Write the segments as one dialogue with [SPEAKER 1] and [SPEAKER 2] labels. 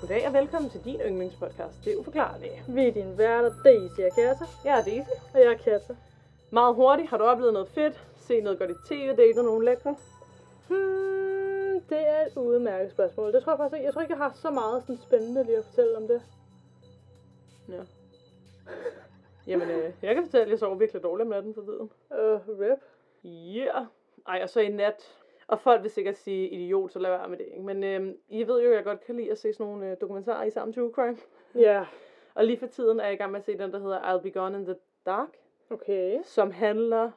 [SPEAKER 1] Goddag og velkommen til din yndlingspodcast, Det Uforklarlige.
[SPEAKER 2] Vi er dine værter, Daisy og Kassa,
[SPEAKER 1] Jeg er Daisy.
[SPEAKER 2] og jeg er Kassa.
[SPEAKER 1] Meget hurtigt, har du oplevet noget fedt? Se noget godt i tv, datet nogle lækre?
[SPEAKER 2] Hmm, det er et udmærket spørgsmål. Det tror jeg faktisk ikke. Jeg tror ikke, jeg har så meget sådan spændende lige at fortælle om det.
[SPEAKER 1] Ja. Jamen, øh, jeg kan fortælle, at jeg sover virkelig dårligt om natten for tiden.
[SPEAKER 2] Øh, rap.
[SPEAKER 1] Ja. Yeah. Ej, og så i nat. Og folk vil sikkert sige idiot, så lad være med det, ikke? Men øh, I ved jo, at jeg godt kan lide at se sådan nogle øh, dokumentarer i sammen True Crime.
[SPEAKER 2] Ja,
[SPEAKER 1] Og lige for tiden er jeg i gang med at se den, der hedder I'll Be Gone in the Dark.
[SPEAKER 2] okay.
[SPEAKER 1] som handler,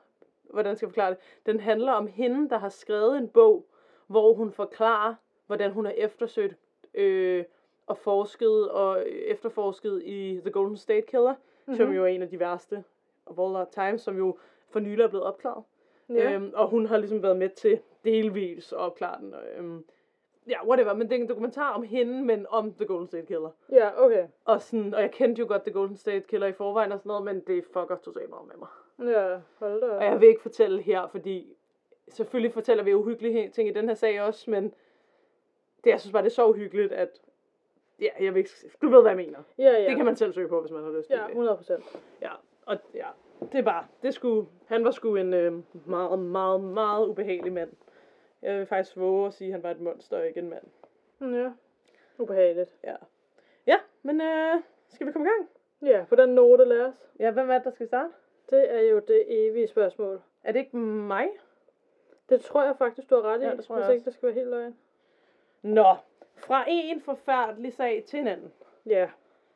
[SPEAKER 1] hvordan skal jeg forklare det? Den handler om hende, der har skrevet en bog, hvor hun forklarer, hvordan hun har eftersøgt øh, og forsket og efterforsket i The Golden State Killer, mm-hmm. som jo er en af de værste of all our time, som jo for nylig er blevet opklaret.
[SPEAKER 2] Ja.
[SPEAKER 1] Øhm, og hun har ligesom været med til delvis at opklare den. Og, øhm, ja, whatever, men det er en dokumentar om hende, men om The Golden State Killer.
[SPEAKER 2] ja, okay.
[SPEAKER 1] Og, sådan, og jeg kendte jo godt The Golden State Killer i forvejen og sådan noget, men det fucker totalt meget med mig.
[SPEAKER 2] Ja, hold da. op.
[SPEAKER 1] Og jeg vil ikke fortælle her, fordi selvfølgelig fortæller vi uhyggelige ting i den her sag også, men det, jeg synes bare, det er så uhyggeligt, at... Ja, jeg vil ikke, du ved, hvad jeg mener.
[SPEAKER 2] Ja, ja.
[SPEAKER 1] Ja. Det kan man selv søge på, hvis man har lyst
[SPEAKER 2] Ja,
[SPEAKER 1] til det.
[SPEAKER 2] 100 procent.
[SPEAKER 1] Ja, og ja, det er bare... Det skulle, han var sgu en øh, meget, meget, meget ubehagelig mand. Jeg vil faktisk våge at sige, at han var et monster og ikke en mand.
[SPEAKER 2] Ja. Ubehageligt.
[SPEAKER 1] Ja. Ja, men øh, skal vi komme i gang?
[SPEAKER 2] Ja, på den note, lad os.
[SPEAKER 1] Ja, hvem er det, der skal starte?
[SPEAKER 2] Det er jo det evige spørgsmål.
[SPEAKER 1] Er det ikke mig?
[SPEAKER 2] Det tror jeg faktisk, du har ret i,
[SPEAKER 1] Ja, det tror
[SPEAKER 2] hvis
[SPEAKER 1] jeg
[SPEAKER 2] ikke det skal være helt løgn.
[SPEAKER 1] Nå, fra en forfærdelig sag til en anden.
[SPEAKER 2] Ja.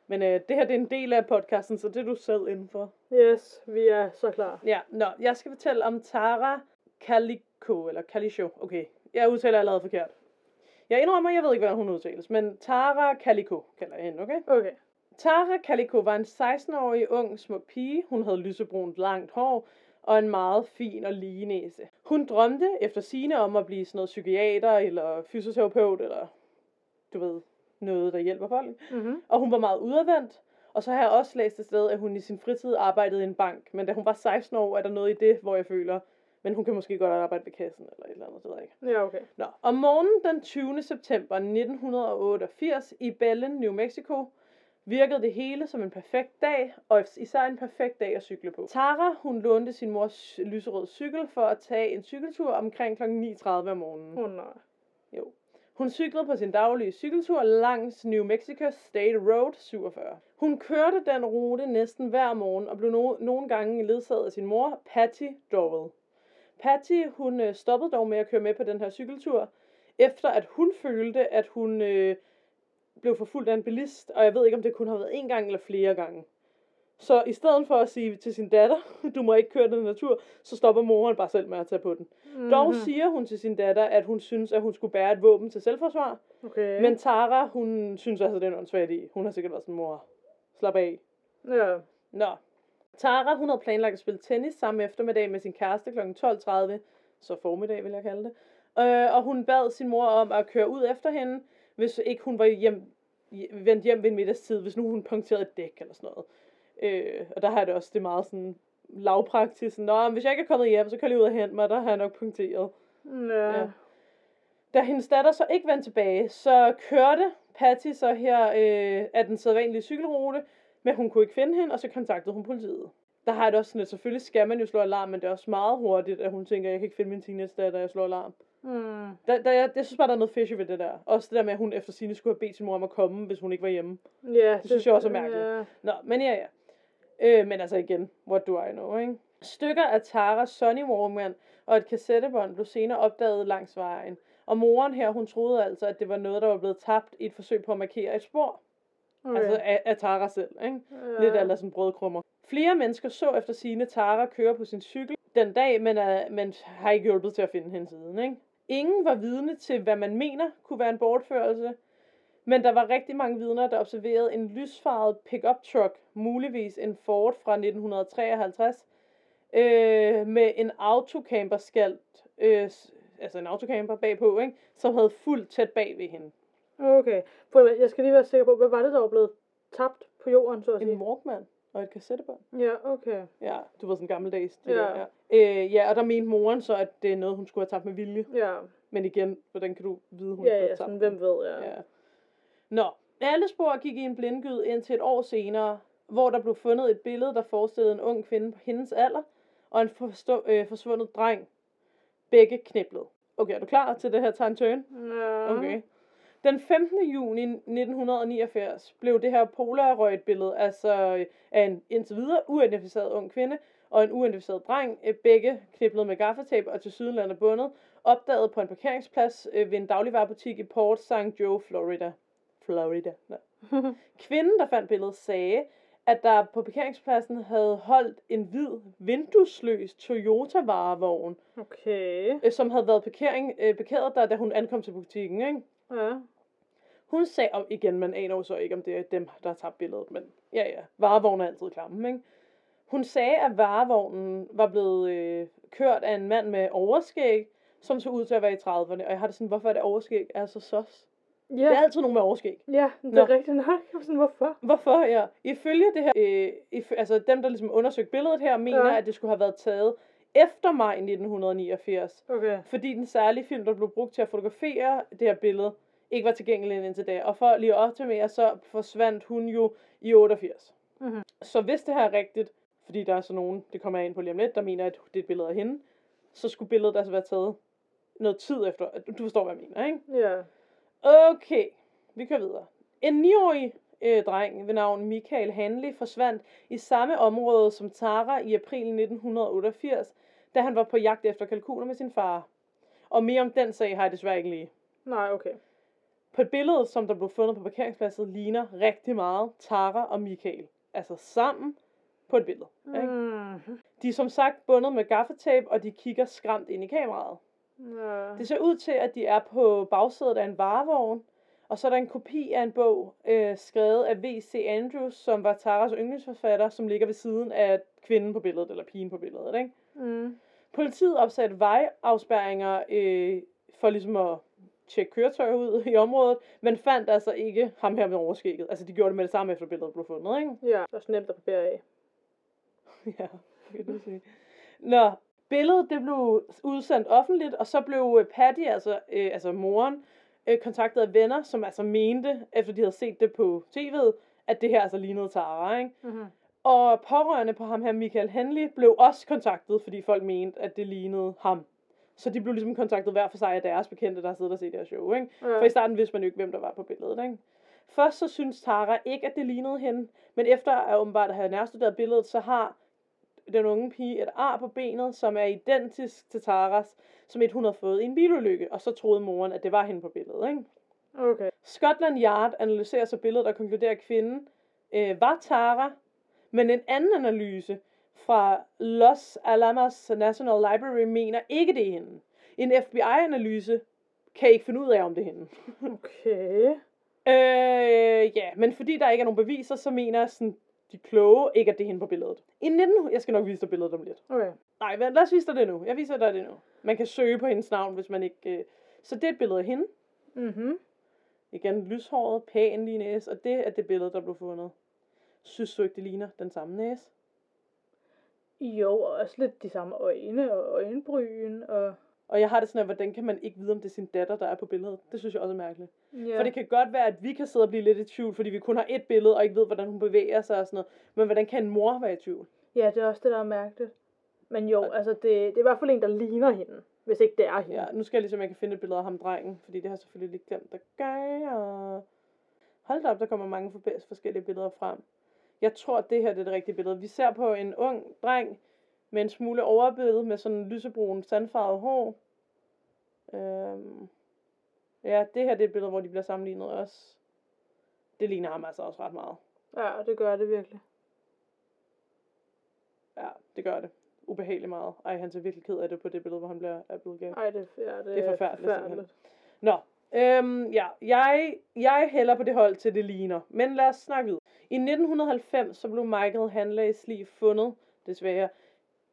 [SPEAKER 1] Men øh, det her det er en del af podcasten, så det er du selv indenfor.
[SPEAKER 2] Yes, vi er så klar.
[SPEAKER 1] Ja, nå, jeg skal fortælle om Tara Kaliko, eller Kalisho. Okay, jeg udtaler allerede forkert. Jeg indrømmer, jeg ved ikke, hvordan hun udtales, men Tara Kaliko kalder jeg hende, okay?
[SPEAKER 2] Okay.
[SPEAKER 1] Tara Kaliko var en 16-årig ung smuk pige. Hun havde lysebrunt langt hår og en meget fin og lige næse. Hun drømte efter sine om at blive sådan noget psykiater eller fysioterapeut eller du ved, noget, der hjælper folk.
[SPEAKER 2] Mhm.
[SPEAKER 1] Og hun var meget udadvendt. Og så har jeg også læst et sted, at hun i sin fritid arbejdede i en bank. Men da hun var 16 år, er der noget i det, hvor jeg føler, men hun kan måske godt arbejde ved kassen eller et eller andet, det ved jeg ikke.
[SPEAKER 2] Ja, okay.
[SPEAKER 1] Nå, om morgenen den 20. september 1988 i Belen, New Mexico, virkede det hele som en perfekt dag, og især en perfekt dag at cykle på. Tara, hun lånte sin mors lyserød cykel for at tage en cykeltur omkring kl. 9.30 om morgenen.
[SPEAKER 2] Åh, oh, nej.
[SPEAKER 1] Jo. Hun cyklede på sin daglige cykeltur langs New Mexico State Road 47. Hun kørte den rute næsten hver morgen og blev no- nogle gange ledsaget af sin mor, Patty Dorwell. Patty, hun øh, stoppede dog med at køre med på den her cykeltur, efter at hun følte, at hun øh, blev forfulgt af en bilist, og jeg ved ikke, om det kun har været en gang eller flere gange. Så i stedet for at sige til sin datter, du må ikke køre den her tur, så stopper moren bare selv med at tage på den.
[SPEAKER 2] Mm-hmm.
[SPEAKER 1] Dog siger hun til sin datter, at hun synes, at hun skulle bære et våben til selvforsvar.
[SPEAKER 2] Okay.
[SPEAKER 1] Men Tara, hun synes altså, det er en åndssvagt idé. Hun har sikkert været sådan, mor, slap af.
[SPEAKER 2] Ja.
[SPEAKER 1] Nå. Tara, hun havde planlagt at spille tennis samme eftermiddag med sin kæreste kl. 12.30, så formiddag vil jeg kalde det. Øh, og hun bad sin mor om at køre ud efter hende, hvis ikke hun var hjem, hjem- vendt hjem ved middagstid, hvis nu hun punkterede et dæk eller sådan noget. Øh, og der har jeg det også det meget sådan lavpraktisk. Sådan, Nå, men hvis jeg ikke er kommet hjem, så kan jeg lige ud og hente mig, der har jeg nok punkteret.
[SPEAKER 2] Ja.
[SPEAKER 1] Ja. Da hendes datter så ikke vendte tilbage, så kørte Patty så her øh, af den sædvanlige cykelrute, men hun kunne ikke finde hende, og så kontaktede hun politiet. Der har jeg det også sådan, at selvfølgelig skal man jo slå alarm, men det er også meget hurtigt, at hun tænker, at jeg kan ikke finde min teenage-datter, jeg slår alarm.
[SPEAKER 2] Mm.
[SPEAKER 1] Der, der, jeg, jeg synes bare, der er noget fishy ved det der. Også det der med, at hun efter sine skulle have bedt sin mor om at komme, hvis hun ikke var hjemme.
[SPEAKER 2] ja
[SPEAKER 1] Det synes jeg også er mærkeligt.
[SPEAKER 2] Ja.
[SPEAKER 1] Nå, men ja, ja. Øh, men altså igen, what do I know, ikke? Stykker af Taras Sonny Warman og et kassettebånd blev senere opdaget langs vejen. Og moren her, hun troede altså, at det var noget, der var blevet tabt i et forsøg på at markere et spor.
[SPEAKER 2] Okay.
[SPEAKER 1] Okay. Altså af, af Tara selv, ikke?
[SPEAKER 2] ja.
[SPEAKER 1] Lidt eller sådan brødkrummer. Flere mennesker så efter sine Tara køre på sin cykel den dag, men, uh, men har ikke hjulpet til at finde hende siden. Ikke? Ingen var vidne til, hvad man mener kunne være en bortførelse, men der var rigtig mange vidner, der observerede en lysfarvet pickup truck, muligvis en Ford fra 1953, øh, med en autocamper skalt, øh, s- altså en autocamper bagpå, ikke? som havde fuldt tæt bag ved hende.
[SPEAKER 2] Okay. Prøv at, høre, jeg skal lige være sikker på, hvad var det, der var blevet tabt på jorden, så at sige?
[SPEAKER 1] En Walkman og et kassettebånd.
[SPEAKER 2] Ja, okay.
[SPEAKER 1] Ja, du var sådan gammeldags. Det
[SPEAKER 2] Ja.
[SPEAKER 1] Der, ja. Øh, ja, og der mente moren så, at det er noget, hun skulle have tabt med vilje.
[SPEAKER 2] Ja,
[SPEAKER 1] Men igen, hvordan kan du vide, hun
[SPEAKER 2] ja,
[SPEAKER 1] ikke
[SPEAKER 2] ja
[SPEAKER 1] tabt
[SPEAKER 2] sådan,
[SPEAKER 1] den?
[SPEAKER 2] hvem ved, ja.
[SPEAKER 1] Ja. Nå, Alle spor gik i en blindgyde indtil et år senere, hvor der blev fundet et billede, der forestillede en ung kvinde på hendes alder, og en forstå, øh, forsvundet dreng. Begge kniblet. Okay, er du klar til det her tager en turn?
[SPEAKER 2] Ja.
[SPEAKER 1] Okay. Den 15. juni 1989 blev det her Polaroid-billede, altså øh, af en indtil videre uidentificeret ung kvinde og en uidentificeret dreng, øh, begge kniblet med gaffatape og til sydenlandet bundet, opdaget på en parkeringsplads øh, ved en dagligvarerbutik i Port St. Joe, Florida. Florida. Nå. Kvinden, der fandt billedet, sagde, at der på parkeringspladsen havde holdt en hvid, vinduesløs Toyota-varevogn,
[SPEAKER 2] okay.
[SPEAKER 1] øh, som havde været parkering, øh, parkeret der, da hun ankom til butikken. Ikke?
[SPEAKER 2] Ja.
[SPEAKER 1] Hun sagde, og igen, man aner jo så ikke, om det er dem, der har tabt billedet, men ja, ja, varevognen er altid klamme, ikke? Hun sagde, at varevognen var blevet øh, kørt af en mand med overskæg, som så ud til at være i 30'erne, og jeg har det sådan, hvorfor er det overskæg? Altså sos.
[SPEAKER 2] Ja,
[SPEAKER 1] Det er altid nogen med overskæg.
[SPEAKER 2] ja det
[SPEAKER 1] Nå.
[SPEAKER 2] er rigtigt nok. Jeg var sådan, hvorfor?
[SPEAKER 1] Hvorfor, ja. Ifølge det her, øh, if, altså dem, der ligesom undersøgte billedet her, mener,
[SPEAKER 2] Ja.
[SPEAKER 1] at det skulle have været taget efter maj 1989.
[SPEAKER 2] Okay.
[SPEAKER 1] Fordi den særlige film, der blev brugt til at fotografere det her billede, ikke var tilgængelig indtil da. Og for lige at optimere, så forsvandt hun jo i 88.
[SPEAKER 2] Mhm.
[SPEAKER 1] Så hvis det her er rigtigt, fordi der er så nogen, det kommer jeg ind på lige om lidt, der mener, at det er et billede af hende, så skulle billedet altså være taget noget tid efter. Du forstår, hvad jeg mener, ikke?
[SPEAKER 2] Ja.
[SPEAKER 1] Okay, vi kører videre. En 9-årig øh, dreng ved navn Michael Hanley forsvandt i samme område som Tara i april 1988, da han var på jagt efter kalkuner med sin far. Og mere om den sag har jeg desværre ikke lige.
[SPEAKER 2] Nej, okay.
[SPEAKER 1] På et billede, som der blev fundet på parkeringspladsen, ligner rigtig meget Tara og Michael. Altså sammen på et billede. Ikke?
[SPEAKER 2] Mm.
[SPEAKER 1] De er som sagt bundet med gaffatape, og de kigger skræmt ind i kameraet.
[SPEAKER 2] Ja.
[SPEAKER 1] Det ser ud til, at de er på bagsædet af en varevogn, og så er der en kopi af en bog, øh, skrevet af V.C. Andrews, som var Taras yndlingsforfatter, som ligger ved siden af kvinden på billedet, eller pigen på billedet. Ikke?
[SPEAKER 2] Mm.
[SPEAKER 1] Politiet opsatte vejafspærringer øh, for ligesom at tjekke køretøjer ud i området, men fandt altså ikke ham her med overskægget. Altså, de gjorde det med det samme, efter billedet blev fundet, ikke?
[SPEAKER 2] Ja, det er også nemt at barbere af.
[SPEAKER 1] Ja, det kan du sige. Nå, billedet det blev udsendt offentligt, og så blev øh, Patty, altså, øh, altså moren, øh, kontaktet af venner, som altså mente, efter de havde set det på tv'et, at det her altså lignede Tara, ikke?
[SPEAKER 2] Mm-hmm.
[SPEAKER 1] Og pårørende på ham her, Michael Henley, blev også kontaktet, fordi folk mente, at det lignede ham. Så de blev ligesom kontaktet hver for sig af deres bekendte, der har siddet og set det her show, ikke?
[SPEAKER 2] Ja.
[SPEAKER 1] For i starten vidste man jo ikke, hvem der var på billedet, ikke? Først så synes Tara ikke, at det lignede hende, men efter at åbenbart have nærstuderet billedet, så har den unge pige et ar på benet, som er identisk til Taras, som et hun havde fået i en bilulykke, og så troede moren, at det var hende på billedet, ikke?
[SPEAKER 2] Okay.
[SPEAKER 1] Scotland Yard analyserer så billedet og konkluderer, at kvinden øh, var Tara, men en anden analyse fra Los Alamos National Library mener ikke, det er hende. En FBI-analyse kan ikke finde ud af, om det er hende.
[SPEAKER 2] Okay.
[SPEAKER 1] Øh, ja, men fordi der ikke er nogen beviser, så mener sådan, de kloge ikke, at det er hende på billedet. I 19... Jeg skal nok vise dig billedet om lidt.
[SPEAKER 2] Okay.
[SPEAKER 1] Nej, vent, lad os vise dig det nu. Jeg viser dig det nu. Man kan søge på hendes navn, hvis man ikke... Øh... Så det er et billede af hende.
[SPEAKER 2] Mhm.
[SPEAKER 1] Igen, lyshåret, pæn lige næse, og det er det billede, der blev fundet. Synes du ikke, det ligner den samme næse?
[SPEAKER 2] Jo, og også lidt de samme øjne og øjenbryn og...
[SPEAKER 1] Og jeg har det sådan, at hvordan kan man ikke vide, om det er sin datter, der er på billedet? Det synes jeg også er mærkeligt.
[SPEAKER 2] Ja.
[SPEAKER 1] Ja. For det kan godt være, at vi kan sidde og blive lidt i tvivl, fordi vi kun har et billede, og ikke ved, hvordan hun bevæger sig og sådan noget. Men hvordan kan en mor være i tvivl?
[SPEAKER 2] ja, det er også det, der er mærkeligt. Men jo,
[SPEAKER 1] Og-
[SPEAKER 2] altså det, det er i hvert fald en, der ligner hende, hvis ikke det er hende.
[SPEAKER 1] Ja, nu skal jeg ligesom, jeg kan finde et billede af ham drengen, fordi det har jeg selvfølgelig lige glemt at gøre. Hold da op, der kommer mange forbe- forskellige billeder frem. Jeg tror, at det her det er det rigtige billede. Vi ser på en ung dreng med en smule overbid, med sådan en lysebrun sandfarvet hår. Øhm. Ja, det her det er et billede, hvor de bliver sammenlignet også. Det ligner ham altså også ret meget.
[SPEAKER 2] ja, det gør det virkelig.
[SPEAKER 1] Ja, det gør det. Ubehageligt meget. Ej, han ser virkelig ked af det på det billede, hvor han bliver er blevet galt.
[SPEAKER 2] Ej, det, ja, det,
[SPEAKER 1] Det er forfærdeligt, Nå, øhm, ja, jeg, jeg hælder på det hold til det ligner, men lad os snakke videre. I 1990 så blev Michael Hanleys liv fundet, desværre,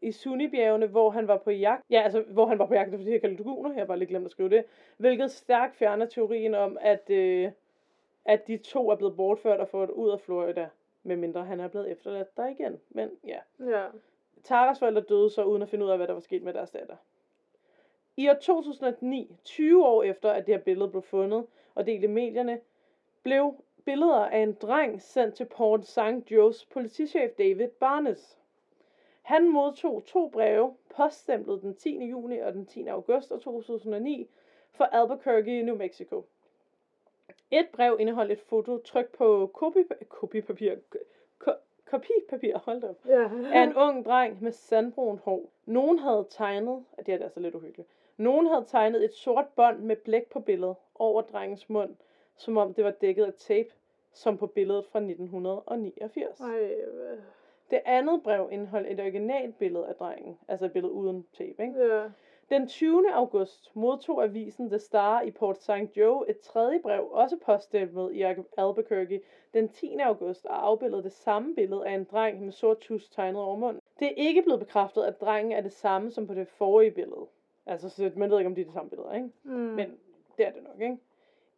[SPEAKER 1] i Sunibjergene, hvor han var på jagt. Ja, altså, hvor han var på jagt efter de her kalduner, jeg har bare lige glemt at skrive det. Hvilket stærkt fjerner teorien om, at, øh, at de to er blevet bortført og fået ud af Florida. Medmindre han er blevet efterladt der igen. Men ja.
[SPEAKER 2] Ja.
[SPEAKER 1] Taras forældre døde så uden at finde ud af, hvad der var sket med deres datter. I år 2009, 20 år efter at det her billede blev fundet og delt i medierne, blev billeder af en dreng sendt til Port St. Joe's politichef David Barnes. Han modtog to breve, poststemplet den 10. juni og den 10. august 2009, fra Albuquerque, New Mexico. Et brev indeholdt et foto trykt på kopi- kopipapir, ko- kopipapir, hold da op,
[SPEAKER 2] Ja.
[SPEAKER 1] af en ung dreng med sandbrun hår. Nogen havde tegnet, og det er da altså lidt uhyggeligt, nogen havde tegnet et sort bånd med blæk på billedet over drengens mund, som om det var dækket af tape, som på billedet fra 1989.
[SPEAKER 2] Ej, øh,
[SPEAKER 1] Det andet brev indeholdt et originalt billede af drengen, altså et billede uden tape, ikke?
[SPEAKER 2] ja.
[SPEAKER 1] Den 20. august modtog avisen The Star i Port St. Joe et tredje brev, også poststemplet i Al- Albuquerque, den 10. august og afbildede det samme billede af en dreng med sort tus tegnet over munden. Det er ikke blevet bekræftet, at drengen er det samme som på det forrige billede. Altså, så man ved ikke, om de er det samme billede, ikke?
[SPEAKER 2] Mm.
[SPEAKER 1] Men det er det nok, ikke?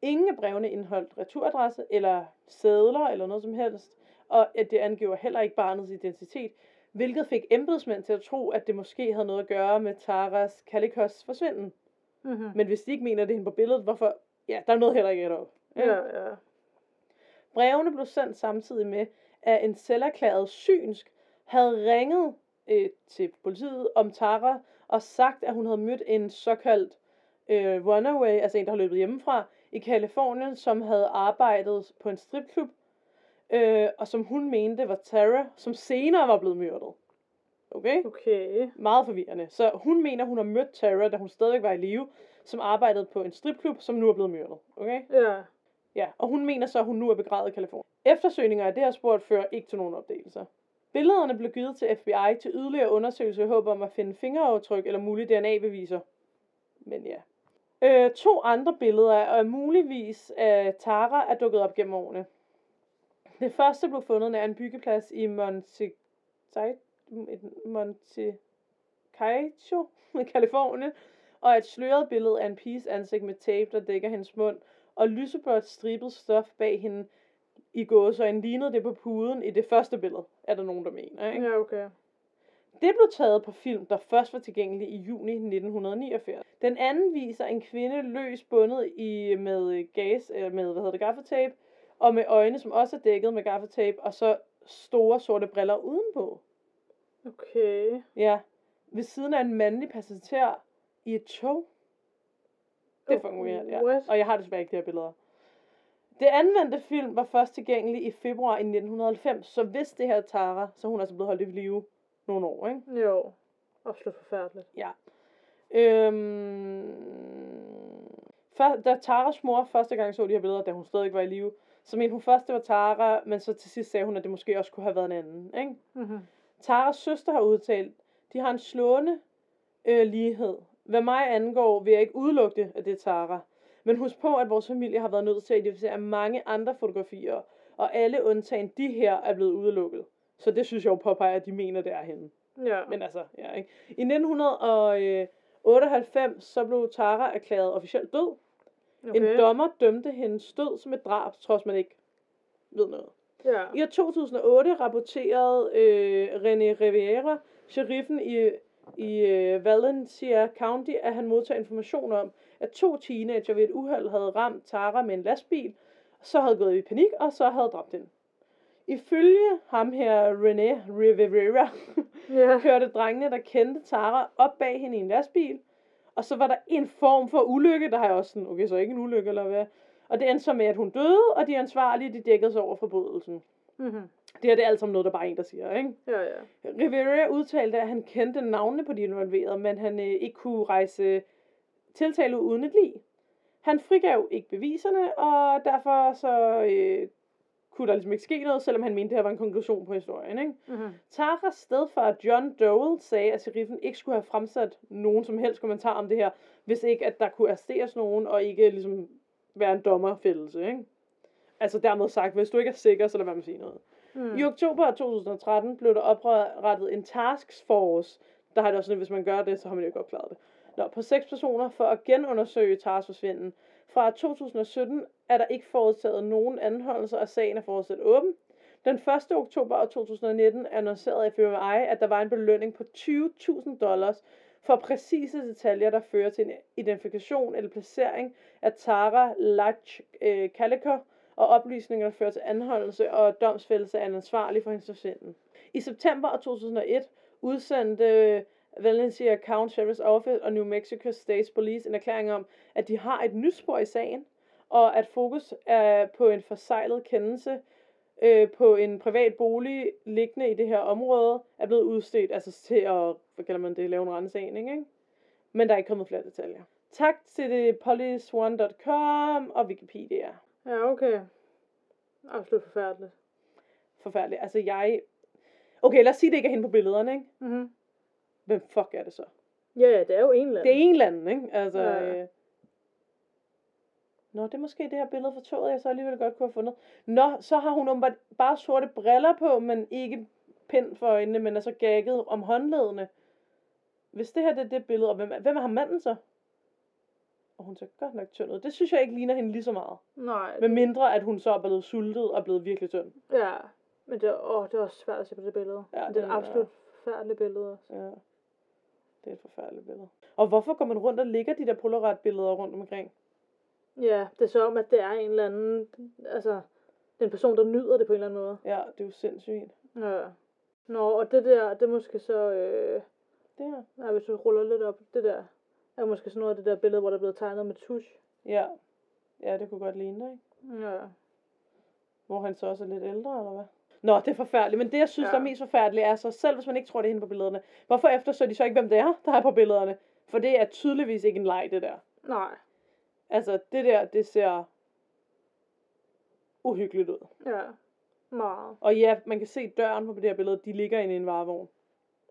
[SPEAKER 1] Ingen af brevene indeholdt returadresse eller sædler eller noget som helst, og at det angiver heller ikke barnets identitet, hvilket fik embedsmænd til at tro, at det måske havde noget at gøre med Taras Kalikos forsvinden.
[SPEAKER 2] Mm-hmm.
[SPEAKER 1] Men hvis de ikke mener, at det er hende på billedet, hvorfor? Ja, der er noget heller ikke op.
[SPEAKER 2] Ja, ja.
[SPEAKER 1] Brevene blev sendt samtidig med, at en selverklæret synsk havde ringet øh, til politiet om Tara og sagt, at hun havde mødt en såkaldt øh, runaway, altså en, der har løbet hjemmefra, i Kalifornien, som havde arbejdet på en stripklub, øh, og som hun mente var Tara, som senere var blevet myrdet. Okay?
[SPEAKER 2] Okay.
[SPEAKER 1] Meget forvirrende. Så hun mener, hun har mødt Tara, da hun stadigvæk var i live, som arbejdede på en stripklub, som nu er blevet myrdet. Okay?
[SPEAKER 2] Ja.
[SPEAKER 1] Ja, og hun mener så, at hun nu er begravet i Kalifornien. Eftersøgninger af det her spor fører ikke til nogen opdagelser. Billederne blev givet til FBI til yderligere undersøgelse i håb om at finde fingeraftryk eller mulige DNA-beviser. Men ja. Øh, to andre billeder af muligvis af Tara er dukket op gennem årene. Det første blev fundet nær en byggeplads i Monte... Monte... Cacho, Kalifornien, og et sløret billede af en piges ansigt med tape, der dækker hendes mund, og lyseblåt stribet stof bag hende i gåsøjne lignede det på puden i det første billede, er der nogen, der mener. Ikke?
[SPEAKER 2] Ja, okay.
[SPEAKER 1] Det blev taget på film, der først var tilgængelig i juni 1989. Den anden viser en kvinde løs bundet i, med gas, øh, med, hvad hedder det, gaffatape, og med øjne, som også er dækket med gaffatape, og så store sorte briller udenpå.
[SPEAKER 2] Okay.
[SPEAKER 1] Ja, ved siden af en mandlig passager i et tog. Det er fucking weird, ja.
[SPEAKER 2] What?
[SPEAKER 1] Og jeg har desværre ikke de her billeder. Det anvendte film var først tilgængelig i februar i 1990, så hvis det her er Tara, så er hun altså blevet holdt i live nogle år, ikke?
[SPEAKER 2] Jo. Absolut forfærdeligt.
[SPEAKER 1] Øhm, før, da Taras mor første gang så de her billeder, da hun stadig var i live, så mente hun først, det var Tara, men så til sidst sagde hun, at det måske også kunne have været en anden. Ikke?
[SPEAKER 2] Mm-hmm.
[SPEAKER 1] Taras søster har udtalt, de har en slående øh, lighed. Hvad mig angår, vil jeg ikke udelukke det, at det er Tara. Men husk på, at vores familie har været nødt til at identificere mange andre fotografier, og alle undtagen de her er blevet udelukket. Så det synes jeg jo påpeger, at de mener, det er hende.
[SPEAKER 2] Ja.
[SPEAKER 1] Men altså, ja, ikke? I 1998, øh, så blev Tara erklæret officielt død. Okay. En dommer dømte hendes død som et drab, trods man ikke ved noget.
[SPEAKER 2] Ja.
[SPEAKER 1] I år 2008 rapporterede øh, René Riviera, sheriffen i, i øh, Valencia County, at han modtog information om, at to teenager ved et uheld havde ramt Tara med en lastbil, så havde gået i panik, og så havde dræbt hende. Ifølge ham her, René Rivera,
[SPEAKER 2] Ja.
[SPEAKER 1] kørte drengene, der kendte Tara, op bag hende i en lastbil. Og så var der en form for ulykke, der har jeg også sådan, okay, så ikke en ulykke eller hvad. Og det endte så med, at hun døde, og de ansvarlige, de dækkede sig over forbrydelsen.
[SPEAKER 2] Mm-hmm.
[SPEAKER 1] Det her det er alt sammen noget, der bare er en, der siger, ikke?
[SPEAKER 2] Ja, ja.
[SPEAKER 1] Rivera udtalte, at han kendte navnene på de involverede, men han øh, ikke kunne rejse tiltale uden et lig. Han frigav ikke beviserne, og derfor så øh, kunne der ligesom ikke ske noget, selvom han mente, det her var en konklusion på historien, ikke?
[SPEAKER 2] Mm-hmm.
[SPEAKER 1] Taras stedfar John Dowell sagde, at sheriffen ikke skulle have fremsat nogen som helst kommentar om det her, hvis ikke at der kunne arresteres nogen, og ikke ligesom være en dommerfældelse, ikke? Altså dermed sagt, hvis du ikke er sikker, så lad være med at sige noget.
[SPEAKER 2] Mm.
[SPEAKER 1] I oktober 2013 blev der oprettet en task force, der har det også sådan, at hvis man gør det, så har man jo ikke opklaret det. Nå, på seks personer for at genundersøge Taras forsvinden. Fra 2017 er der ikke foretaget nogen anholdelser, og sagen er fortsat åben. Den 1. oktober 2019 annoncerede FBI, at der var en belønning på 20.000 dollars for præcise detaljer, der fører til en identifikation eller placering af Tara Lach øh, Calico, og oplysningerne fører til anholdelse og domsfældelse af en ansvarlig for hendes forsvinden. I september 2001 udsendte øh, Valencia County Sheriff's Office og New Mexico State Police en erklæring om, at de har et nyt spor i sagen, og at fokus er på en forsejlet kendelse øh, på en privat bolig liggende i det her område, er blevet udstedt altså til at, hvad kalder man det, lave en rensagning, ikke? Men der er ikke kommet flere detaljer. Tak til det polyswan.com og Wikipedia.
[SPEAKER 2] Ja, okay. Absolut forfærdeligt.
[SPEAKER 1] Forfærdeligt. Altså jeg... Okay, lad os sige, det ikke er hende på billederne, ikke?
[SPEAKER 2] Mm-hmm.
[SPEAKER 1] Hvem fuck er det så?
[SPEAKER 2] Ja, ja, det er jo en eller
[SPEAKER 1] Det
[SPEAKER 2] anden.
[SPEAKER 1] er en eller anden, ikke? Altså,
[SPEAKER 2] Ja.
[SPEAKER 1] ja. øh... Nå, det er måske det her billede fra toget, jeg så alligevel godt kunne have fundet. Nå, så har hun åbenbart bare sorte briller på, men ikke pind for øjnene, men er så gagget om håndledene. Hvis det her det er det billede, og hvem, er- hvem har manden så? Og hun ser godt nok tynd ud. Det synes jeg ikke ligner hende lige så meget.
[SPEAKER 2] Nej.
[SPEAKER 1] Med mindre, at hun så er blevet sultet og blevet virkelig tynd.
[SPEAKER 2] Ja. Men det er, åh, det er også svært at se på det billede.
[SPEAKER 1] Ja,
[SPEAKER 2] det er
[SPEAKER 1] det
[SPEAKER 2] et
[SPEAKER 1] er-
[SPEAKER 2] absolut forfærdeligt billede. også.
[SPEAKER 1] Ja. Det er et forfærdeligt billede. Og hvorfor går man rundt og ligger de der Polaroid-billeder rundt omkring?
[SPEAKER 2] Ja, det er så om, at det er en eller anden, altså, det er en person, der nyder det på en eller anden måde.
[SPEAKER 1] Ja, det er jo sindssygt.
[SPEAKER 2] Ja. Nå, og det der, det er måske så, øh,
[SPEAKER 1] Det her.
[SPEAKER 2] nej, hvis du ruller lidt op, det der, er måske sådan noget af det der billede, hvor der er blevet tegnet med tusch.
[SPEAKER 1] Ja. Ja, det kunne godt ligne det, ikke?
[SPEAKER 2] Ja.
[SPEAKER 1] Hvor han så også er lidt ældre, eller hvad? Nå, det er forfærdeligt. Men det, jeg synes,
[SPEAKER 2] Ja.
[SPEAKER 1] ja. der er mest forfærdeligt, er så selv, hvis man ikke tror, det er hende på billederne. Hvorfor eftersøger de så ikke, hvem det er, der er på billederne? For det er tydeligvis ikke en leg, det der.
[SPEAKER 2] Nej.
[SPEAKER 1] Altså, det der, det ser uhyggeligt ud.
[SPEAKER 2] Ja. Meget.
[SPEAKER 1] Og ja, man kan se døren på det her billede, de ligger inde i en varevogn.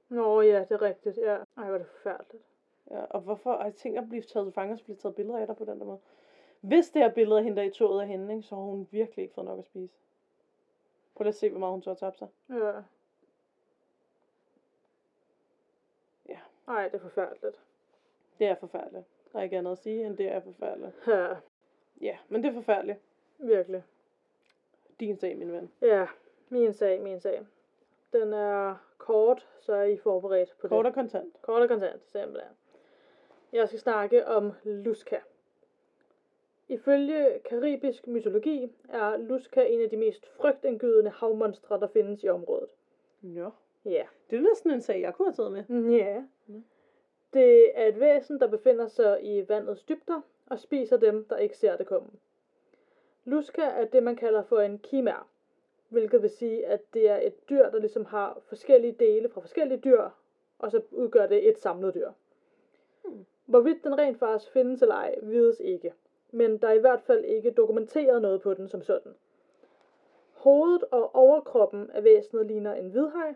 [SPEAKER 2] Nå, ja, det er rigtigt, ja. Ej, hvor er det forfærdeligt.
[SPEAKER 1] Ja, og hvorfor? Og jeg tænker at blive taget til fange, og så blive taget billeder af dig på den der måde. Hvis det her billede af hende der i toget af hende, ikke, så har hun virkelig ikke fået nok at spise. Prøv lige at se, hvor meget hun så har tabt sig.
[SPEAKER 2] Ja.
[SPEAKER 1] Ja.
[SPEAKER 2] Ej, det er forfærdeligt.
[SPEAKER 1] Det er forfærdeligt. Der er ikke andet at sige, end det er forfærdeligt.
[SPEAKER 2] Ja,
[SPEAKER 1] Ja, men det er forfærdeligt.
[SPEAKER 2] virkelig.
[SPEAKER 1] Din sag, min ven.
[SPEAKER 2] Ja, min sag, min sag. Den er kort, så er I forberedt på
[SPEAKER 1] Kort
[SPEAKER 2] det.
[SPEAKER 1] og kontant.
[SPEAKER 2] Kort og kontant, simpelthen. Jeg skal snakke om Luska. Ifølge karibisk mytologi er Luska en af de mest frygtindgydende havmonstre, der findes i området.
[SPEAKER 1] Nå.
[SPEAKER 2] Ja. Yeah.
[SPEAKER 1] Det er næsten en sag, jeg kunne have taget med.
[SPEAKER 2] Ja.
[SPEAKER 1] Nå.
[SPEAKER 2] Det er et væsen, der befinder sig i vandets dybder og spiser dem, der ikke ser det komme. Luska er det, man kalder for en kimær, hvilket vil sige, at det er et dyr, der ligesom har forskellige dele fra forskellige dyr, og så udgør det et samlet dyr.
[SPEAKER 1] Hmm.
[SPEAKER 2] Hvorvidt den rent faktisk findes eller ej, vides ikke, men der er i hvert fald ikke dokumenteret noget på den som sådan. Hovedet og overkroppen af væsenet ligner en hvidhaj,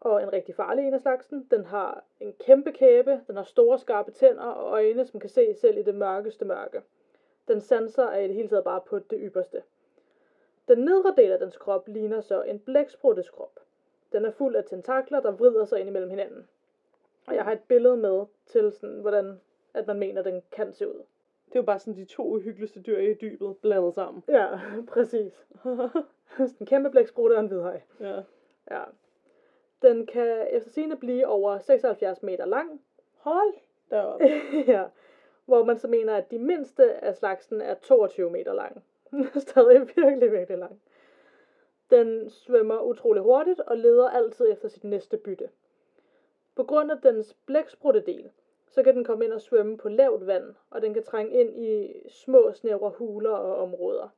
[SPEAKER 2] og en rigtig farlig en af slagsen. Den har en kæmpe kæbe, den har store skarpe tænder og øjne, som kan se selv i det mørkeste mørke. Den sanser er i det hele taget bare på det ypperste. Den nedre del af dens krop ligner så en blækspruttes krop. Den er fuld af tentakler, der vrider sig ind imellem hinanden. Og jeg har et billede med til, sådan, hvordan at man mener, den kan se ud.
[SPEAKER 1] Det er jo bare sådan de to uhyggeligste dyr i dybet blandet sammen.
[SPEAKER 2] Ja, præcis. Sådan en kæmpe blæksprutte og en hvidhøj.
[SPEAKER 1] ja.
[SPEAKER 2] Ja. Den kan efter sine blive over 76 meter lang,
[SPEAKER 1] Hold da op.
[SPEAKER 2] ja. Hvor man så mener, at de mindste af slagsen er 22 meter lang. Stadig virkelig, virkelig lang. Den svømmer utrolig hurtigt og leder altid efter sit næste bytte. På grund af dens blæksprutte del, så kan den komme ind og svømme på lavt vand, og den kan trænge ind i små, snævre huler og områder.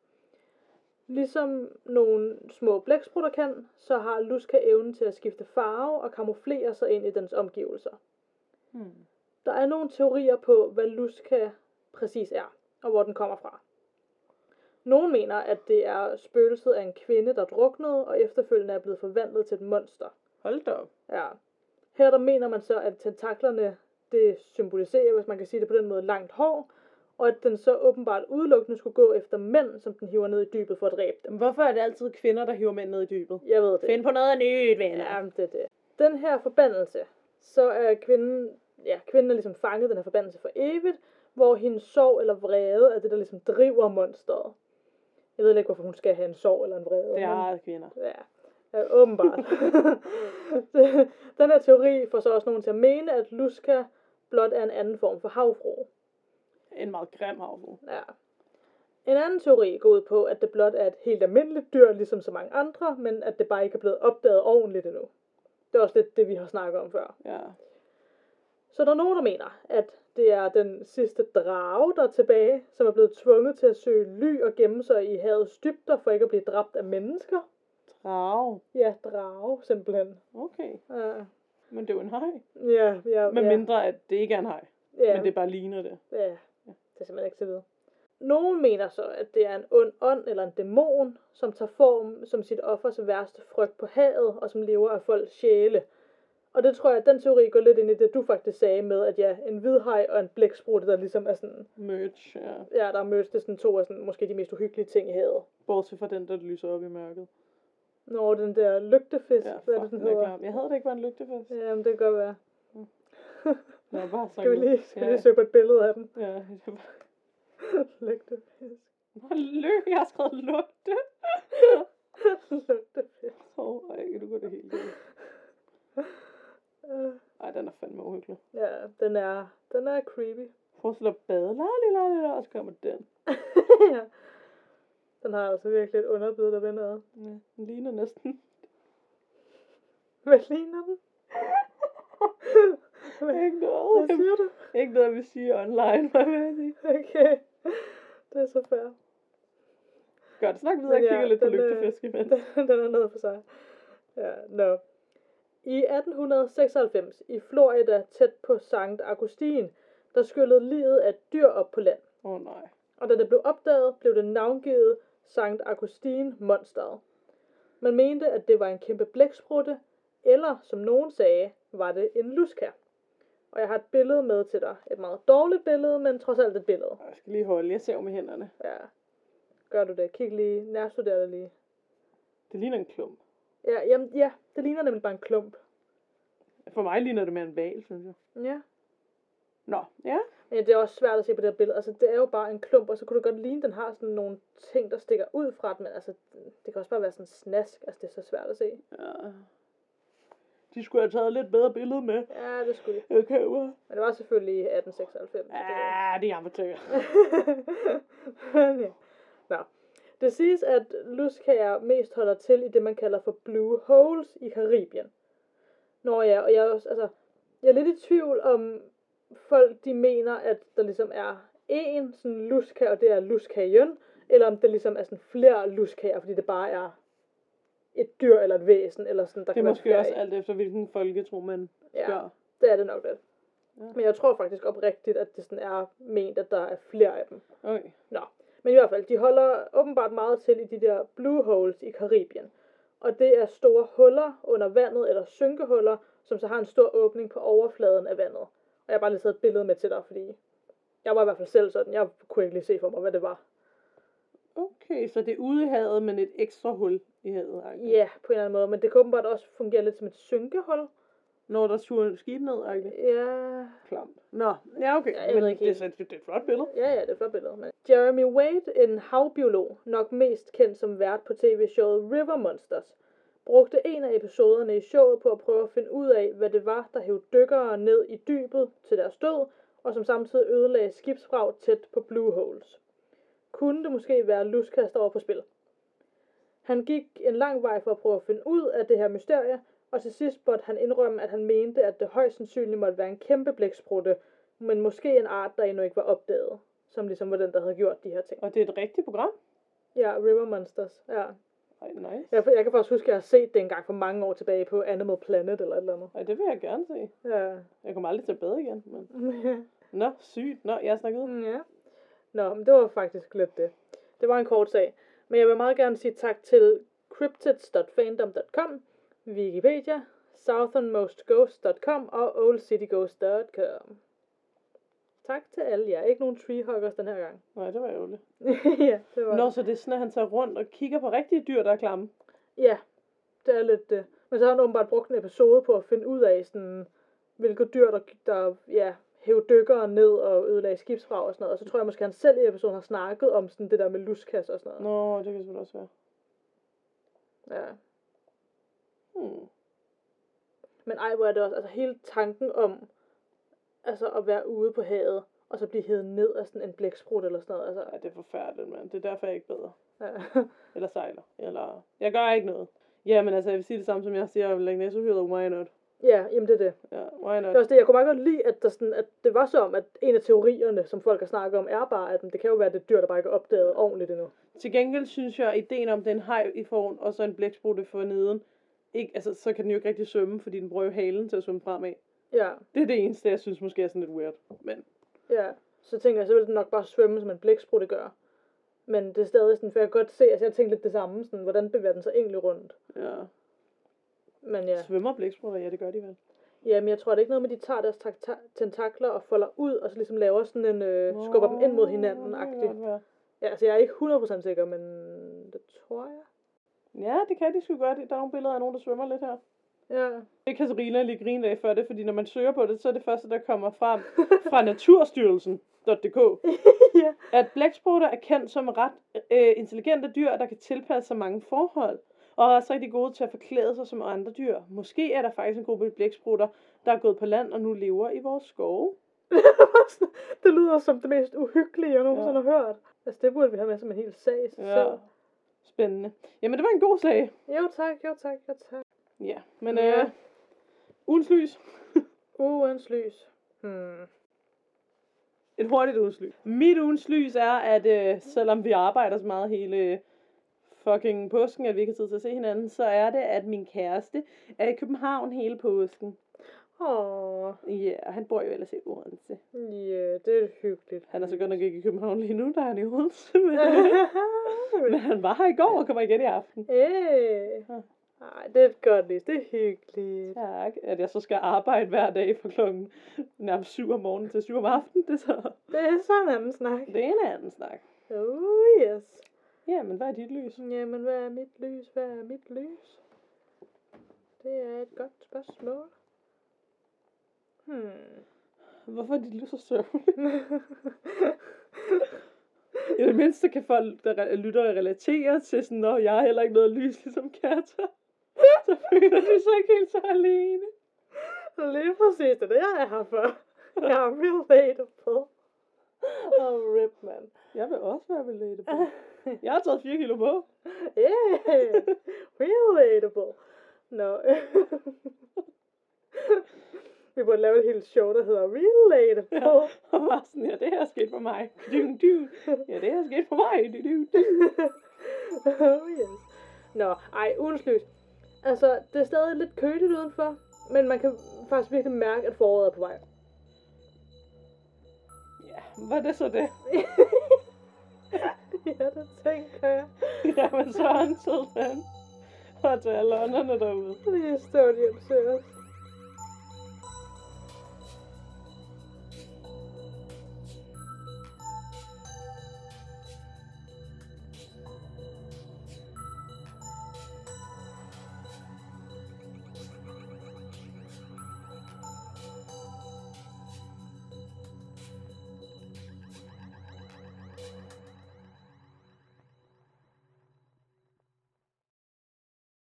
[SPEAKER 2] Ligesom nogle små blæksprutter kan, så har Luska evnen til at skifte farve og kamuflere sig ind i dens omgivelser.
[SPEAKER 1] Hmm.
[SPEAKER 2] Der er nogle teorier på, hvad Luska præcis er, og hvor den kommer fra. Nogle mener, at det er spøgelset af en kvinde, der druknede, og efterfølgende er blevet forvandlet til et monster.
[SPEAKER 1] Hold da op.
[SPEAKER 2] Ja. Her der mener man så, at tentaklerne det symboliserer, hvis man kan sige det på den måde, langt hår, og at den så åbenbart udelukkende skulle gå efter mænd, som den hiver ned i dybet for at dræbe dem.
[SPEAKER 1] Hvorfor er det altid kvinder, der hiver mænd ned i dybet?
[SPEAKER 2] Jeg ved det.
[SPEAKER 1] Find på noget nyt, venner.
[SPEAKER 2] Ja, men det er det. Den her forbandelse, så er kvinden, ja, kvinden er ligesom fanget i den her forbandelse for evigt, hvor hendes sorg eller vrede er det, der ligesom driver monsteret. Jeg ved ikke, hvorfor hun skal have en sorg eller en vrede.
[SPEAKER 1] Det er
[SPEAKER 2] men-
[SPEAKER 1] ejet kvinder.
[SPEAKER 2] Ja, ja åbenbart. den her teori får så også nogen til at mene, at Luska blot er en anden form for havfru.
[SPEAKER 1] En meget grim havfru.
[SPEAKER 2] Ja. En anden teori går ud på, at det blot er et helt almindeligt dyr, ligesom så mange andre, men at det bare ikke er blevet opdaget ordentligt endnu. Det er også lidt det, vi har snakket om før.
[SPEAKER 1] Ja.
[SPEAKER 2] Så der er nogen, der mener, at det er den sidste drage, der er tilbage, som er blevet tvunget til at søge ly og gemme sig i havets dybder for ikke at blive dræbt af mennesker.
[SPEAKER 1] Drag.
[SPEAKER 2] Ja, drage simpelthen.
[SPEAKER 1] Okay.
[SPEAKER 2] Uh,
[SPEAKER 1] Men det er jo en hej.
[SPEAKER 2] ja, ja,
[SPEAKER 1] Med
[SPEAKER 2] ja.
[SPEAKER 1] mindre, at det ikke er en hej.
[SPEAKER 2] ja,
[SPEAKER 1] Men det bare ligner det.
[SPEAKER 2] ja, det er simpelthen ikke til at vide. Nogen mener så, at det er en ond ånd eller en dæmon, som tager form som sit offers værste frygt på havet, og som lever af folks sjæle. Og det tror jeg, at den teori går lidt ind i det, du faktisk sagde med, at ja, en hvidhaj og en blæksprutte, der ligesom er sådan,
[SPEAKER 1] Merch, ja.
[SPEAKER 2] ja, der mødtes det sådan to af sådan, måske de mest uhyggelige ting i havet.
[SPEAKER 1] Bortset fra den, der lyser op i mørket.
[SPEAKER 2] Når den der lygtefisk,
[SPEAKER 1] Ja,
[SPEAKER 2] hvad er
[SPEAKER 1] fuck,
[SPEAKER 2] det, den
[SPEAKER 1] den er
[SPEAKER 2] hedder?
[SPEAKER 1] klar. Jeg havde det ikke var en lygtefest. Ja.
[SPEAKER 2] Jamen, det kan godt være.
[SPEAKER 1] Jeg var bare
[SPEAKER 2] Skal vi lige, skal vi
[SPEAKER 1] ja.
[SPEAKER 2] lige søge på et billede af den?
[SPEAKER 1] Ja, det var...
[SPEAKER 2] lygtefisk.
[SPEAKER 1] Nå, Lykke, jeg har skrevet lugte.
[SPEAKER 2] lygtefisk.
[SPEAKER 1] Åh, oh, kan du gå det helt galt.
[SPEAKER 2] Øh.
[SPEAKER 1] Ej, den er fandme uhyggelig.
[SPEAKER 2] Ja, den er, den er creepy.
[SPEAKER 1] Forestil dig at bade, la, la, la, la, og så kommer den.
[SPEAKER 2] ja. Den har altså virkelig et underbid, der vender ad.
[SPEAKER 1] Ja, den ligner næsten.
[SPEAKER 2] Hvad ligner den? Hvad,
[SPEAKER 1] ikke
[SPEAKER 2] hvad
[SPEAKER 1] noget.
[SPEAKER 2] siger du?
[SPEAKER 1] Ikke noget, vi siger online, hvad vil jeg sige.
[SPEAKER 2] Okay. Det er så fair.
[SPEAKER 1] Godt, snak videre og
[SPEAKER 2] Men ja,
[SPEAKER 1] kigger lidt på
[SPEAKER 2] den, øh,
[SPEAKER 1] lygtefisk imens.
[SPEAKER 2] Den, den er noget for sig. Ja, no. I 1896 i Florida, tæt på St. Augustine, der skyllede livet af et dyr op på land.
[SPEAKER 1] Åh oh, nej.
[SPEAKER 2] og da det blev opdaget, blev det navngivet Sankt Augustin Monsteret. Man mente, at det var en kæmpe blæksprutte, eller som nogen sagde, var det en luska. Og jeg har et billede med til dig. Et meget dårligt billede, men trods alt et billede.
[SPEAKER 1] Jeg skal lige holde, jeg ser med hænderne.
[SPEAKER 2] Ja. Gør du det? Kig lige. Nærstuder det lige.
[SPEAKER 1] Det ligner en klump.
[SPEAKER 2] Ja, jamen, ja, det ligner nemlig bare en klump.
[SPEAKER 1] For mig ligner det mere en val, synes jeg.
[SPEAKER 2] Ja.
[SPEAKER 1] Nå, ja.
[SPEAKER 2] Men ja, det er også svært at se på det her billede. Altså, det er jo bare en klump, og så kunne det godt ligne, at den har sådan nogle ting, der stikker ud fra den. Men altså, det kan også bare være sådan en snask. Altså, det er så svært at se.
[SPEAKER 1] ja. De skulle have taget lidt bedre billede med. Øh,
[SPEAKER 2] Ja, det skulle de.
[SPEAKER 1] Jeg køber.
[SPEAKER 2] Men det var selvfølgelig i 1896. så det-
[SPEAKER 1] Ja, det er amatører.
[SPEAKER 2] Men ja. Nå. Det siges, at luskager mest holder til i det, man kalder for blue holes i Karibien. Nå ja, og jeg er, også, altså, jeg er lidt i tvivl om folk, de mener, at der ligesom er én sådan luska, og det er luskagen, eller om det ligesom er sådan flere luskager, fordi det bare er et dyr eller et væsen, eller sådan, der
[SPEAKER 1] Det er
[SPEAKER 2] kan være flere
[SPEAKER 1] måske også
[SPEAKER 2] af.
[SPEAKER 1] alt efter, hvilken folketro man
[SPEAKER 2] Ja.
[SPEAKER 1] spørger.
[SPEAKER 2] Det er det nok lidt.
[SPEAKER 1] Ja.
[SPEAKER 2] Ja. Men jeg tror faktisk oprigtigt, at det sådan er ment, at der er flere af dem.
[SPEAKER 1] Okay.
[SPEAKER 2] Men i hvert fald, de holder åbenbart meget til i de der blue holes i Karibien. Og det er store huller under vandet, eller synkehuller, som så har en stor åbning på overfladen af vandet. Og jeg har bare lige taget et billede med til dig, fordi jeg var i hvert fald selv sådan, jeg kunne ikke lige se for mig, hvad det var.
[SPEAKER 1] Okay, så det er ude i havet, men et ekstra hul i havet.
[SPEAKER 2] Ja,
[SPEAKER 1] Okay.
[SPEAKER 2] yeah, på en eller anden måde, men det kan åbenbart også fungere lidt som et synkehul.
[SPEAKER 1] Når der suger skib ned, okay.
[SPEAKER 2] Ja,
[SPEAKER 1] Klamt. Nå, ja okay.
[SPEAKER 2] Ja, jeg
[SPEAKER 1] men
[SPEAKER 2] ved ikke
[SPEAKER 1] det, er,
[SPEAKER 2] helt.
[SPEAKER 1] sindssygt, det er et flot billede.
[SPEAKER 2] Ja, ja, det er et flot billede. Men Jeremy Wade, en havbiolog, nok mest kendt som vært på tv-showet River Monsters, brugte en af episoderne i showet på at prøve at finde ud af, hvad det var, der hævde dykkere ned i dybet til deres død, og som samtidig ødelagde skibsvrag tæt på Blue Holes. Kunne det måske være luskast der var på spil? Han gik en lang vej for at prøve at finde ud af det her mysterie, og til sidst måtte han indrømme, at han mente, at det højst sandsynligt måtte være en kæmpe blæksprutte, men måske en art, der endnu ikke var opdaget, som ligesom var den, der havde gjort de her ting.
[SPEAKER 1] Og det er et rigtigt program.
[SPEAKER 2] Ja, River Monsters. Ja.
[SPEAKER 1] Ej, nice.
[SPEAKER 2] Jeg, jeg kan faktisk huske, at jeg har set det engang for mange år tilbage på Animal Planet eller et eller andet.
[SPEAKER 1] Ej, det vil jeg gerne se.
[SPEAKER 2] Ja.
[SPEAKER 1] Jeg kommer aldrig til at bade igen. Men... Nå, sygt. Nå, jeg snakkede. Mm.
[SPEAKER 2] ja. Nå, men det var faktisk lidt det. Det var en kort sag. Men jeg vil meget gerne sige tak til cryptids.fandom.com, Wikipedia, southernmostghost.com og oldcityghost.com. Tak til alle jer. Ikke nogen treehuggers den her gang.
[SPEAKER 1] Nej, det var ærgerligt.
[SPEAKER 2] ja, det var
[SPEAKER 1] Nå, så det er sådan, at han tager rundt og kigger på rigtige dyr, der er klamme.
[SPEAKER 2] Ja, det er lidt det. Men så har han åbenbart brugt en episode på at finde ud af, sådan, hvilke dyr, der, der ja, hæv dykkere ned og ødelagde skibsfrag og sådan noget. Og så tror jeg måske, han selv i episoden har snakket om sådan det der med luskas og sådan noget.
[SPEAKER 1] Nå, det kan selvfølgelig også være.
[SPEAKER 2] Ja.
[SPEAKER 1] Hmm.
[SPEAKER 2] Men ej, hvor er det også, altså hele tanken om altså at være ude på havet, og så blive hævet ned af sådan en blæksprut eller sådan noget. Altså,
[SPEAKER 1] Ja, det er forfærdeligt, mand. Det er derfor, jeg ikke bedre.
[SPEAKER 2] ja.
[SPEAKER 1] Eller sejler. Eller... Jeg gør ikke noget. Ja, men altså, jeg vil sige det samme, som jeg siger om Lægnes Uhyret. Why not?
[SPEAKER 2] ja, jamen det er det.
[SPEAKER 1] Ja, why
[SPEAKER 2] Det er
[SPEAKER 1] not?
[SPEAKER 2] også det, jeg kunne meget godt lide, at, der sådan, at det var så om, at en af teorierne, som folk har snakket om, er bare, at det kan jo være, at det er dyr, der bare ikke er opdaget ordentligt endnu.
[SPEAKER 1] Til gengæld synes jeg, at ideen om den haj i foran, og så en blæksprutte for neden, ikke, altså, så kan den jo ikke rigtig svømme, fordi den bruger jo halen til at svømme fremad.
[SPEAKER 2] Ja,
[SPEAKER 1] Det er det eneste, jeg synes måske er sådan lidt weird. Men
[SPEAKER 2] ja. Så tænker jeg, så vil den nok bare svømme, som en blæksprutte gør. Men det er stadig sådan, for jeg kan godt se, altså jeg tænkte lidt det samme, sådan, hvordan bevæger den sig egentlig rundt?
[SPEAKER 1] ja.
[SPEAKER 2] Men
[SPEAKER 1] ja.
[SPEAKER 2] ja,
[SPEAKER 1] Svømmer blæksprutter? Ja, det gør de vel.
[SPEAKER 2] ja men jeg tror, det er ikke noget med, at de tager deres takta- tentakler og folder ud, og så ligesom laver sådan en, øh, skubber dem ind mod hinanden agtigt
[SPEAKER 1] agtigt.
[SPEAKER 2] Ja, altså jeg er ikke 100% sikker, men det tror jeg.
[SPEAKER 1] Ja, det kan de sgu godt. Der er nogle billeder af nogen, der svømmer lidt her.
[SPEAKER 2] Ja.
[SPEAKER 1] Det kan Serena lige grine af for det, fordi når man søger på det, så er det første, der kommer frem fra naturstyrelsen.dk,
[SPEAKER 2] ja.
[SPEAKER 1] at blæksprutter er kendt som ret øh, intelligente dyr, der kan tilpasse sig mange forhold, og er også rigtig gode til at forklæde sig som andre dyr. Måske er der faktisk en gruppe blæksprutter, der er gået på land og nu lever i vores skove.
[SPEAKER 2] det lyder som det mest uhyggelige, jeg nogensinde
[SPEAKER 1] Ja.
[SPEAKER 2] har hørt. Altså det burde vi have med som en hel sag. i sig
[SPEAKER 1] Ja.
[SPEAKER 2] selv.
[SPEAKER 1] Spændende. Jamen, det var en god sag.
[SPEAKER 2] Jo tak, jo tak, jo tak.
[SPEAKER 1] Ja, men
[SPEAKER 2] Ja.
[SPEAKER 1] øh, ugens lys.
[SPEAKER 2] Ugens lys. Hmm.
[SPEAKER 1] Et hurtigt ugens lys. Mit ugens lys er, at øh, selvom vi arbejder så meget hele fucking påsken, at vi ikke har tid til at se hinanden, så er det, at min kæreste er i København hele påsken.
[SPEAKER 2] Åh,
[SPEAKER 1] Ja, yeah, han bor jo ellers i Odense.
[SPEAKER 2] ja, yeah, det er hyggeligt.
[SPEAKER 1] Han er så godt nok ikke i København lige nu, der er han i Odense, men, men han var her i går og kommer igen i aften.
[SPEAKER 2] hey.
[SPEAKER 1] Ja.
[SPEAKER 2] Ej, det er et godt lys, det er hyggeligt.
[SPEAKER 1] Tak, at jeg så skal arbejde hver dag fra klokken nærmest 7 om morgenen til 7 om aftenen, det er så
[SPEAKER 2] Det er sådan en anden snak.
[SPEAKER 1] det er en anden snak.
[SPEAKER 2] Oh yes.
[SPEAKER 1] Jamen, hvad er dit lys?
[SPEAKER 2] Jamen, hvad er mit lys? Hvad er mit lys? Det er et godt spørgsmål. Hmm.
[SPEAKER 1] Hvorfor er dit lys så sørgeligt? I det mindste kan folk, der re- lytter, relatere til sådan, når jeg har heller ikke noget lys, ligesom Katter. Så føler de sig ikke helt så alene.
[SPEAKER 2] Lige præcis, det er det, jeg er her for. Jeg er relatable. Og rip, man.
[SPEAKER 1] Jeg vil også være relatable. Jeg har taget 4 kilo på.
[SPEAKER 2] Yeah, relatable. Nå. Vi burde lave et helt show, der hedder Relatable.
[SPEAKER 1] Og var sådan, ja, det her er sket for mig. Dun, dun. Ja, det her er sket for mig. Dun, dun, dun.
[SPEAKER 2] oh yes. Nå, ej, ugens lys. Altså, det er stadig lidt køligt udenfor, men man kan faktisk virkelig mærke, at foråret er på vej.
[SPEAKER 1] Ja, var det så det?
[SPEAKER 2] ja, det tænker jeg.
[SPEAKER 1] Jamen, så håndtede den. Og til alle ånderne derude.
[SPEAKER 2] Lige stå og hjemsøge os.